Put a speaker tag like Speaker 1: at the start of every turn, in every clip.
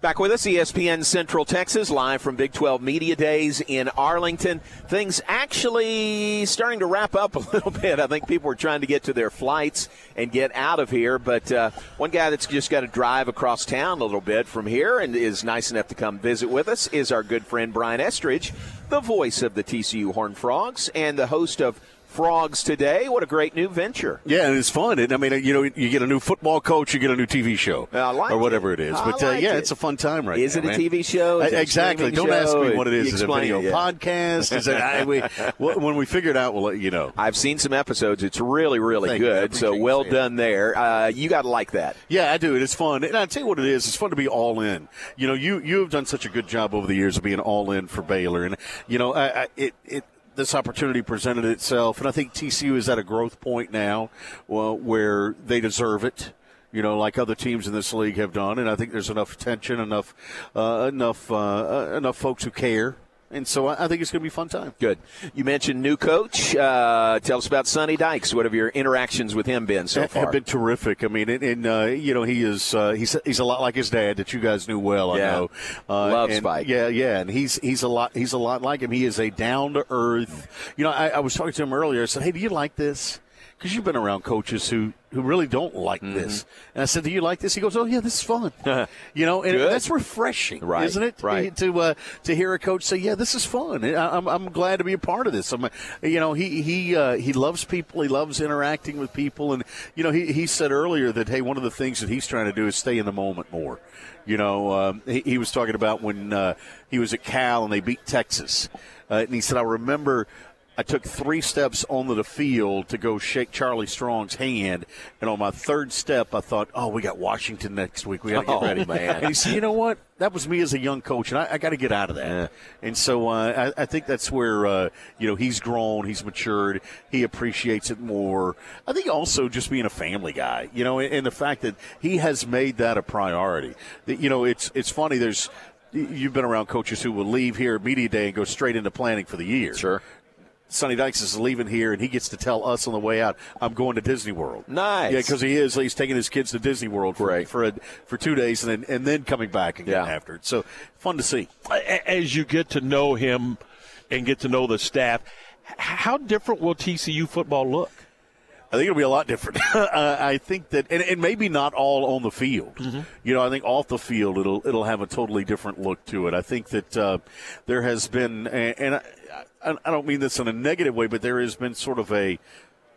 Speaker 1: Back with us, E ESPN Central Texas, live from Big 12 Media Days in Arlington. Things actually starting to wrap up a little bit. I think people are trying to get to their flights and get out of here. But uh, one guy that's just got to drive across town a little bit from here and is nice enough to come visit with us is our good friend Brian Estridge, the voice of the TCU Horn Frogs and the host of Frogs today. What a great new venture!
Speaker 2: Yeah, it's fun. And I mean, you know, you get a new football coach, you get a new TV show,
Speaker 1: I like
Speaker 2: or whatever it
Speaker 1: it.
Speaker 2: is.
Speaker 1: I
Speaker 2: but uh,
Speaker 1: like
Speaker 2: yeah,
Speaker 1: it.
Speaker 2: it's a fun time right
Speaker 1: Is
Speaker 2: now.
Speaker 1: it a
Speaker 2: man.
Speaker 1: TV show? Is
Speaker 2: Uh,
Speaker 1: it a
Speaker 2: exactly.
Speaker 1: streaming
Speaker 2: Don't ask
Speaker 1: show?
Speaker 2: me what it is. Is it a
Speaker 1: Explain
Speaker 2: video
Speaker 1: it, yeah.
Speaker 2: podcast? Is it? I, we, wh- when we figure it out, we'll let you know.
Speaker 1: I've seen some episodes. It's really, really
Speaker 2: Thank you. I
Speaker 1: good. So
Speaker 2: appreciate you
Speaker 1: well
Speaker 2: saying
Speaker 1: done there. Uh, you got to like that.
Speaker 2: Yeah, I do. It is fun, and I tell you what, it is. It's fun to be all in. You know, you you have done such a good job over the years of being all in for Baylor, and you know, I, I, it it this opportunity presented itself, and I think TCU is at a growth point now, well, where they deserve it. You know, like other teams in this league have done, and I think there's enough attention, enough uh, enough uh, uh, enough folks who care, and so I, I think it's going to be a fun time.
Speaker 1: Good. You mentioned new coach. Uh, tell us about Sonny Dykes. What have your interactions with him been so
Speaker 2: have-
Speaker 1: far?
Speaker 2: Have been terrific. I mean, and, and uh, you know, he is uh, he's he's a lot like his dad that you guys knew well.
Speaker 1: Yeah.
Speaker 2: I know. Uh,
Speaker 1: Love
Speaker 2: and-
Speaker 1: Spike.
Speaker 2: Yeah, yeah, and he's he's a lot he's a lot like him. He is a down to earth. You know, I, I was talking to him earlier. I said, "Hey, do you like this?" Because you've been around coaches who who really don't like
Speaker 1: Mm-hmm.
Speaker 2: this. And I said, "Do you like this?" He goes, "Oh yeah, this is fun." you know, and
Speaker 1: Good.
Speaker 2: that's refreshing,
Speaker 1: Right,
Speaker 2: isn't it?
Speaker 1: right.
Speaker 2: To uh, to hear a coach say, "Yeah, this is fun. and I, I'm I'm glad to be a part of this." I'm, you know, he he uh, he loves people. He loves interacting with people, and you know, he he said earlier that hey, one of the things that he's trying to do is stay in the moment more. You know, um, he, he was talking about when uh, he was at Cal and they beat Texas, uh, and he said, "I remember." I took three steps onto the field to go shake Charlie Strong's hand, and on my third step, I thought, "Oh, we got Washington next week. We got to get
Speaker 1: Oh,
Speaker 2: ready,
Speaker 1: man.
Speaker 2: And he said, "You know what? That was me as a young coach, and I, I got to get out of that." And so uh, I, I think that's where uh, you know he's grown, he's matured, he appreciates it more. I think also just being a family guy, you know, and, and the fact that he has made that a priority. That, you know, it's it's funny. There's you've been around coaches who will leave here at media day and go straight into planning for the year.
Speaker 1: Sure.
Speaker 2: Sonny Dykes is leaving here, and he gets to tell us on the way out, "I'm going to Disney World."
Speaker 1: Nice.
Speaker 2: yeah, because he is. He's taking his kids to Disney World for
Speaker 1: Right.
Speaker 2: for, a, for two days, and then and then coming back again
Speaker 1: Yeah.
Speaker 2: after it. So fun to see.
Speaker 3: a- as you get to know him and get to know the staff, h- how different will TCU football look?
Speaker 2: I think it'll be a lot different. uh, I think that, and, and maybe not all on the field.
Speaker 1: Mm-hmm.
Speaker 2: You know, I think off the field it'll it'll have a totally different look to it. I think that uh, there has been, and, and I, I, I don't mean this in a negative way, but there has been sort of a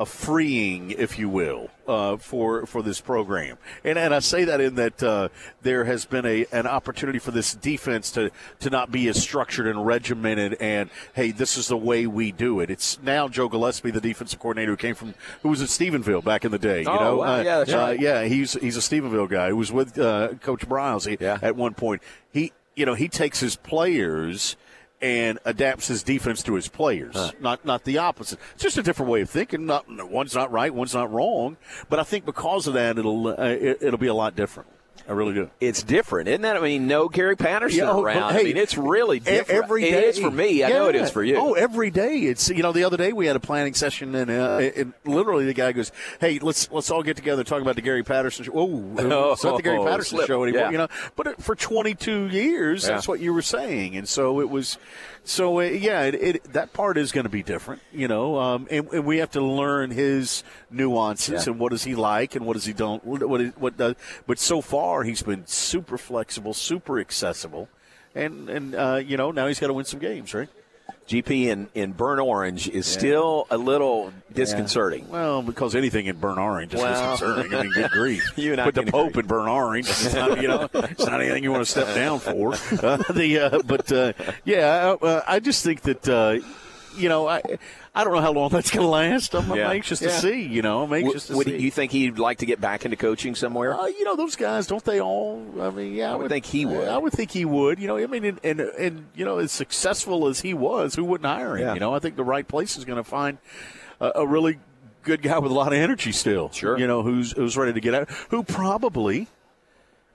Speaker 2: a freeing, if you will, uh, for for this program. And and I say that in that uh, there has been a an opportunity for this defense to to not be as structured and regimented. And hey, this is the way we do it. It's now Joe Gillespie, the defensive coordinator who came from who was at Stephenville back in the day. You
Speaker 1: Oh,
Speaker 2: know,
Speaker 1: wow. Yeah, that's
Speaker 2: uh,
Speaker 1: right.
Speaker 2: yeah, he's he's a Stephenville guy who was with uh, Coach Bryles he-
Speaker 1: Yeah.
Speaker 2: at one point. He you know he takes his players and adapts his defense to his players, not not the opposite. It's just a different way of thinking. Not one's not right, one's not wrong. But I think because of that, it'll uh, it, it'll be a lot different. I really do.
Speaker 1: It's different, isn't that? I mean, no Gary Patterson
Speaker 2: Yeah, oh, but
Speaker 1: around. I
Speaker 2: hey, e-,
Speaker 1: mean, it's really different.
Speaker 2: Every day.
Speaker 1: It is for me. I know it is
Speaker 2: Yeah.
Speaker 1: for you.
Speaker 2: Oh, every day. It's you know the other day we had a planning session and, uh, and literally the guy goes, "Hey, let's let's all get together and talk about the Gary Patterson show." Oh, it's not the Gary
Speaker 1: Oh,
Speaker 2: Patterson
Speaker 1: slip.
Speaker 2: show anymore,
Speaker 1: Yeah.
Speaker 2: you know. But it, for 22 years,
Speaker 1: Yeah.
Speaker 2: that's what you were saying, and so it was. So uh, yeah, it, it, that part is going to be different, you know, um, and, and we have to learn his nuances
Speaker 1: Yeah.
Speaker 2: and what does he like and what does he don't what he- what does. But so far, he's been super flexible, super accessible. And and uh, you know now he's got to win some games, right?
Speaker 1: GP in, in Burn Orange is still a little disconcerting.
Speaker 2: Well, because anything in Burn Orange is
Speaker 1: Well.
Speaker 2: disconcerting. I mean, good grief.
Speaker 1: You and I
Speaker 2: but the
Speaker 1: can
Speaker 2: Pope
Speaker 1: agree.
Speaker 2: in Burn Orange, it's not, you know, it's not anything you want to step down for. Uh, the uh, but uh, yeah, I, uh, I just think that uh, you know I I don't know how long that's going to last. I'm, I'm
Speaker 1: Yeah.
Speaker 2: anxious
Speaker 1: Yeah.
Speaker 2: to see. You know, I'm
Speaker 1: W-
Speaker 2: anxious
Speaker 1: would
Speaker 2: to see.
Speaker 1: you think he'd like to get back into coaching somewhere?
Speaker 2: Uh, you know those guys, don't they all? I mean, yeah, I,
Speaker 1: would think he would.
Speaker 2: I would think he would. You know, I mean, and and, and you know, as successful as he was, who wouldn't hire him?
Speaker 1: Yeah.
Speaker 2: You know, I think the right place is going to find a, a really good guy with a lot of energy still.
Speaker 1: Sure.
Speaker 2: you know, who's who's ready to get out, who probably.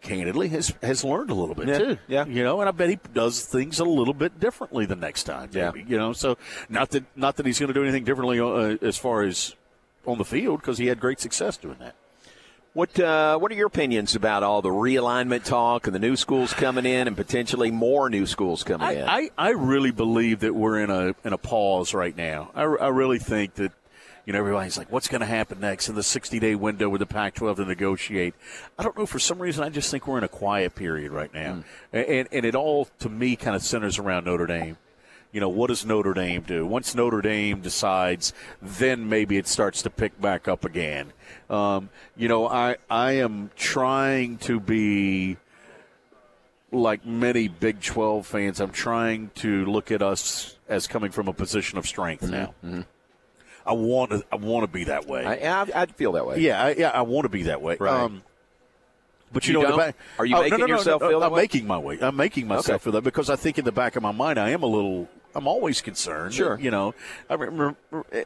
Speaker 2: Candidly, has has learned a little bit
Speaker 1: Yeah,
Speaker 2: too.
Speaker 1: yeah.
Speaker 2: you know, and I bet he does things a little bit differently the next time.
Speaker 1: Yeah.
Speaker 2: maybe, you know, so not that not that he's going to do anything differently uh, as far as on the field because he had great success doing that.
Speaker 1: What uh, What are your opinions about all the realignment talk and the new schools coming in and potentially more new schools coming in?
Speaker 2: I, I, I really believe that we're in a in a pause right now. I, I really think that you know everybody's like, what's going to happen next in the 60 day window with the Pac-12 to negotiate? I don't know. For some reason, I just think we're in a quiet period right now, and, and and it all to me kind of centers around Notre Dame. You know, what does Notre Dame do? Once Notre Dame decides, then maybe it starts to pick back up again. Um, you know, I I am trying to be like many Big 12 fans, I'm trying to look at us as coming from a position of strength
Speaker 1: Mm-hmm.
Speaker 2: now. I want to, I want to be that way.
Speaker 1: I, I, I'd feel that way.
Speaker 2: yeah, I, yeah, I want to be that way.
Speaker 1: Right.
Speaker 2: Um, but
Speaker 1: You
Speaker 2: you, know, in the
Speaker 1: don't?
Speaker 2: back-
Speaker 1: Are you
Speaker 2: Oh,
Speaker 1: making
Speaker 2: no, no, no,
Speaker 1: yourself
Speaker 2: no,
Speaker 1: feel that
Speaker 2: I'm
Speaker 1: way?
Speaker 2: making my way. I'm making myself
Speaker 1: Okay.
Speaker 2: feel that because I think in the back of my mind, I am a little. I'm always concerned.
Speaker 1: Sure.
Speaker 2: You know, I remember,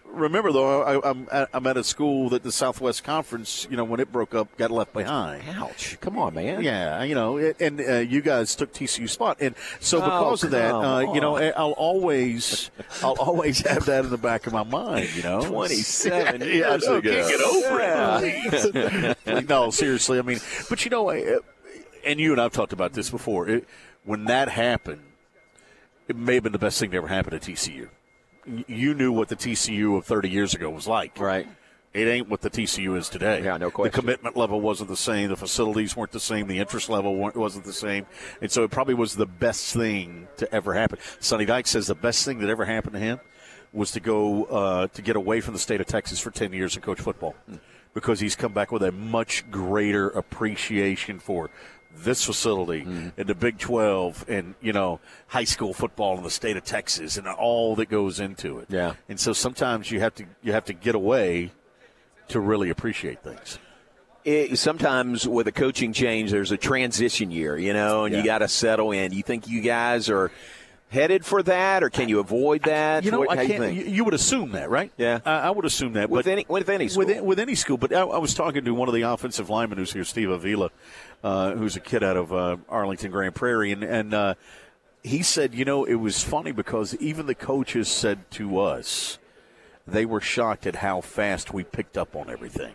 Speaker 2: remember though, I, I'm, at, I'm at a school that the Southwest Conference, you know, when it broke up, got left behind.
Speaker 1: Ouch! Come on, man.
Speaker 2: Yeah, you know, it, and uh, you guys took TCU spot, and so
Speaker 1: Oh,
Speaker 2: because of that,
Speaker 1: come
Speaker 2: uh, you know,
Speaker 1: on.
Speaker 2: I'll always, I'll always have that in the back of my mind. You know,
Speaker 1: 27
Speaker 2: Yeah,
Speaker 1: years
Speaker 2: I know,
Speaker 1: ago.
Speaker 2: Can't get over it. please. no, seriously, I mean, but you know, I- and you and I've talked about this before. It, when that happened, it may have been the best thing that ever happened to TCU. Y- You knew what the TCU of 30 years ago was like,
Speaker 1: Right.
Speaker 2: it ain't what the TCU is today.
Speaker 1: Yeah, no question.
Speaker 2: The commitment level wasn't the same. The facilities weren't the same. The interest level wa- wasn't the same. And so it probably was the best thing to ever happen. Sonny Dyke says the best thing that ever happened to him was to go uh, to get away from the state of Texas for 10 years and coach football because he's come back with a much greater appreciation for this facility and the Big 12 and, you know, high school football in the state of Texas and all that goes into it.
Speaker 1: Yeah.
Speaker 2: And so sometimes you have to you have to get away to really appreciate things.
Speaker 1: it, sometimes with a coaching change, there's a transition year, you know, and you
Speaker 2: Yeah.
Speaker 1: got to settle in. You think you guys are headed for that, or can you avoid that?
Speaker 2: you know,
Speaker 1: What- how
Speaker 2: I
Speaker 1: you
Speaker 2: can't.
Speaker 1: think?
Speaker 2: You, you would assume that, right?
Speaker 1: Yeah.
Speaker 2: I, I would assume that.
Speaker 1: with
Speaker 2: but
Speaker 1: any with any school.
Speaker 2: with, with any school. But I, I was talking to one of the offensive linemen who's here, Steve Avila, uh, who's a kid out of uh, Arlington Grand Prairie, and and uh, he said, you know, it was funny because even the coaches said to us, they were shocked at how fast we picked up on everything,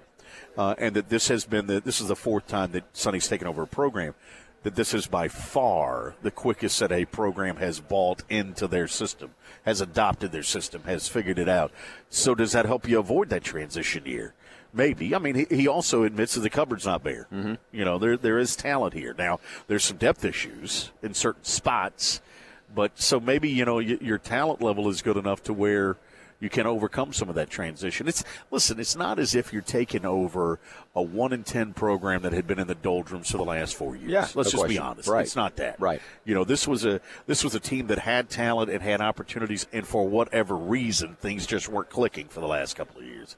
Speaker 2: uh, and that this has been the this is the fourth time that Sonny's taken over a program. That this is by far the quickest that a program has bought into their system, has adopted their system, has figured it out. So does that help you avoid that transition year? Maybe. I mean, he, he also admits that the cupboard's not bare. Mm-hmm. You know, there there is talent here. Now, there's some depth issues in certain spots, but so maybe you know y- your talent level is good enough to where you can overcome some of that transition. It's listen, it's not as if you're taking over a one in ten program that had been in the doldrums for the last four years.
Speaker 1: Yeah,
Speaker 2: let's
Speaker 1: no
Speaker 2: just be
Speaker 1: question.
Speaker 2: honest.
Speaker 1: Right.
Speaker 2: It's not that.
Speaker 1: Right.
Speaker 2: You know, this was a this was a team that had talent and had opportunities, and for whatever reason, things just weren't clicking for the last couple of years.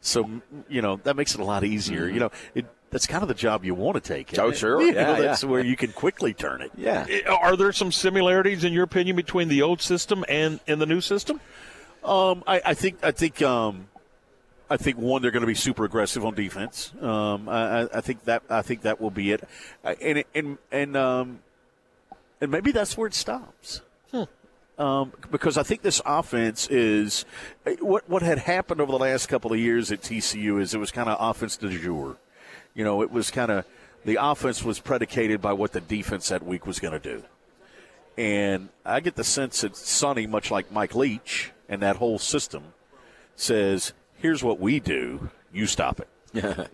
Speaker 2: So you know that makes it a lot easier. You know, it, that's kind of the job you want to take. isn't
Speaker 1: Mm-hmm. Oh,
Speaker 2: it?
Speaker 1: sure.
Speaker 2: You
Speaker 1: Yeah,
Speaker 2: know, that's
Speaker 1: yeah.
Speaker 2: where you can quickly turn it.
Speaker 1: yeah,
Speaker 3: Are there some similarities, in your opinion, between the old system and, and the new system?
Speaker 2: Um, I, I think I think um, I think one they're going to be super aggressive on defense. Um, I, I- I think that I think that will be it, I- and and and um, and maybe that's where it stops. Um, because I think this offense is eh, what what had happened over the last couple of years at TCU is it was kind of offense du jour. You know, it was kind of the offense was predicated by what the defense that week was going to do. And I get the sense that Sonny, much like Mike Leach and that whole system, says, "Here's what we do. You stop it."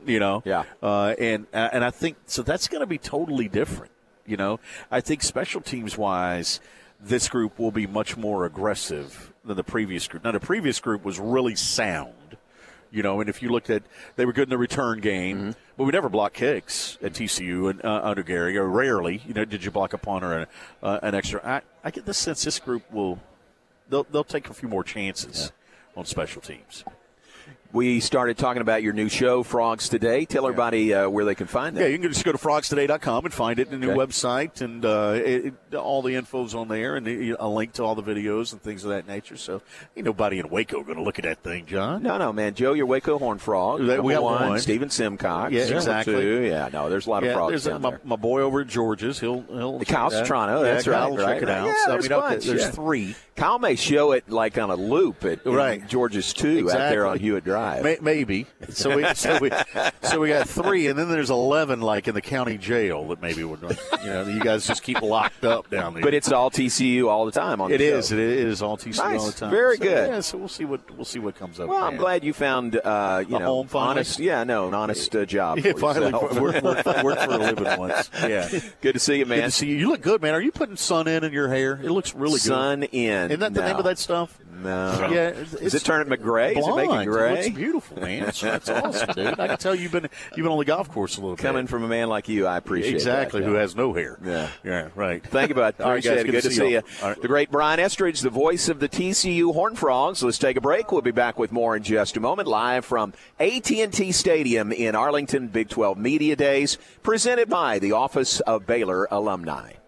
Speaker 2: you know.
Speaker 1: Yeah.
Speaker 2: Uh, and and I think so. That's going to be totally different. You know, I think special teams wise, this group will be much more aggressive than the previous group. Now, the previous group was really sound. You know, and if you looked at, they were good in the return game, but we never blocked kicks at TCU and uh, under Gary, or rarely. You know, did you block a punt or an, uh, an extra? I, I get the sense this group will, they'll, they'll take a few more chances on special teams.
Speaker 1: we started talking about your new show, Frogs Today. Tell everybody uh, where they can find
Speaker 2: Yeah,
Speaker 1: that.
Speaker 2: you can just go to frogstoday.com and find it, a new
Speaker 1: Okay.
Speaker 2: website, and uh, it, it- all the info's on there, and the- a link to all the videos and things of that nature. So ain't nobody in Waco going to look at that thing, John.
Speaker 1: No, no, man. Joe, your Waco Horn Frog.
Speaker 2: That- we
Speaker 1: number
Speaker 2: got one.
Speaker 1: Stephen Simcox.
Speaker 2: Yeah,
Speaker 1: number
Speaker 2: exactly.
Speaker 1: two. Yeah, no, there's a lot of
Speaker 2: Yeah,
Speaker 1: frogs
Speaker 2: there's a,
Speaker 1: down
Speaker 2: my,
Speaker 1: there.
Speaker 2: my boy over at George's. He'll he'll
Speaker 1: The Kyle Citrano,
Speaker 2: Yeah,
Speaker 1: that's
Speaker 2: Kyle
Speaker 1: right,
Speaker 2: will
Speaker 1: right,
Speaker 2: check it
Speaker 1: right.
Speaker 2: out.
Speaker 1: Yeah,
Speaker 2: So, I
Speaker 1: there's
Speaker 2: mean, okay,
Speaker 1: bunch,
Speaker 2: there's
Speaker 1: yeah.
Speaker 2: three.
Speaker 1: Kyle may show it like on a loop at in
Speaker 2: Right.
Speaker 1: George's two out there
Speaker 2: Exactly.
Speaker 1: on Hewitt five.
Speaker 2: May, maybe. So we, so we so we got three, and then there's eleven like in the county jail that maybe would you know you guys just keep locked up down there.
Speaker 1: But it's all TCU all the time on
Speaker 2: It
Speaker 1: the show.
Speaker 2: is. It is all TCU all the
Speaker 1: Nice.
Speaker 2: time.
Speaker 1: Very
Speaker 2: So,
Speaker 1: good.
Speaker 2: Yeah, so we'll see what we'll see what comes up.
Speaker 1: Well, I'm
Speaker 2: man.
Speaker 1: glad you found uh, you
Speaker 2: A
Speaker 1: know
Speaker 2: home finally.
Speaker 1: honest. Yeah, no, an honest uh, job.
Speaker 2: Yeah,
Speaker 1: for
Speaker 2: finally
Speaker 1: yourself.
Speaker 2: work, work, work for a living once. Yeah.
Speaker 1: good to see you,
Speaker 2: Good
Speaker 1: man.
Speaker 2: to see you. You look good, man. Are you putting sun in in your hair? It looks really
Speaker 1: Sun in.
Speaker 2: good. Isn't that the
Speaker 1: No.
Speaker 2: name of that stuff?
Speaker 1: No.
Speaker 2: Yeah. It's,
Speaker 1: Is it turning it gray? Is it
Speaker 2: Blonde.
Speaker 1: making gray?
Speaker 2: looks beautiful, man. That's, that's awesome, dude. I can tell you've been you've been on the golf course a little
Speaker 1: Coming
Speaker 2: bit.
Speaker 1: from a man like you, I appreciate
Speaker 2: exactly.
Speaker 1: That,
Speaker 2: Who has no hair?
Speaker 1: Yeah.
Speaker 2: Yeah. Right.
Speaker 1: Thank you, bud.
Speaker 2: All right,
Speaker 1: Appreciate
Speaker 2: guys.
Speaker 1: it. Good to see you.
Speaker 2: All right.
Speaker 1: The great Brian Estridge, the voice of the TCU Horn Frogs. Let's take a break. We'll be back with more in just a moment, live from AT&T Stadium in Arlington, Big 12 Media Days, presented by the Office of Baylor Alumni.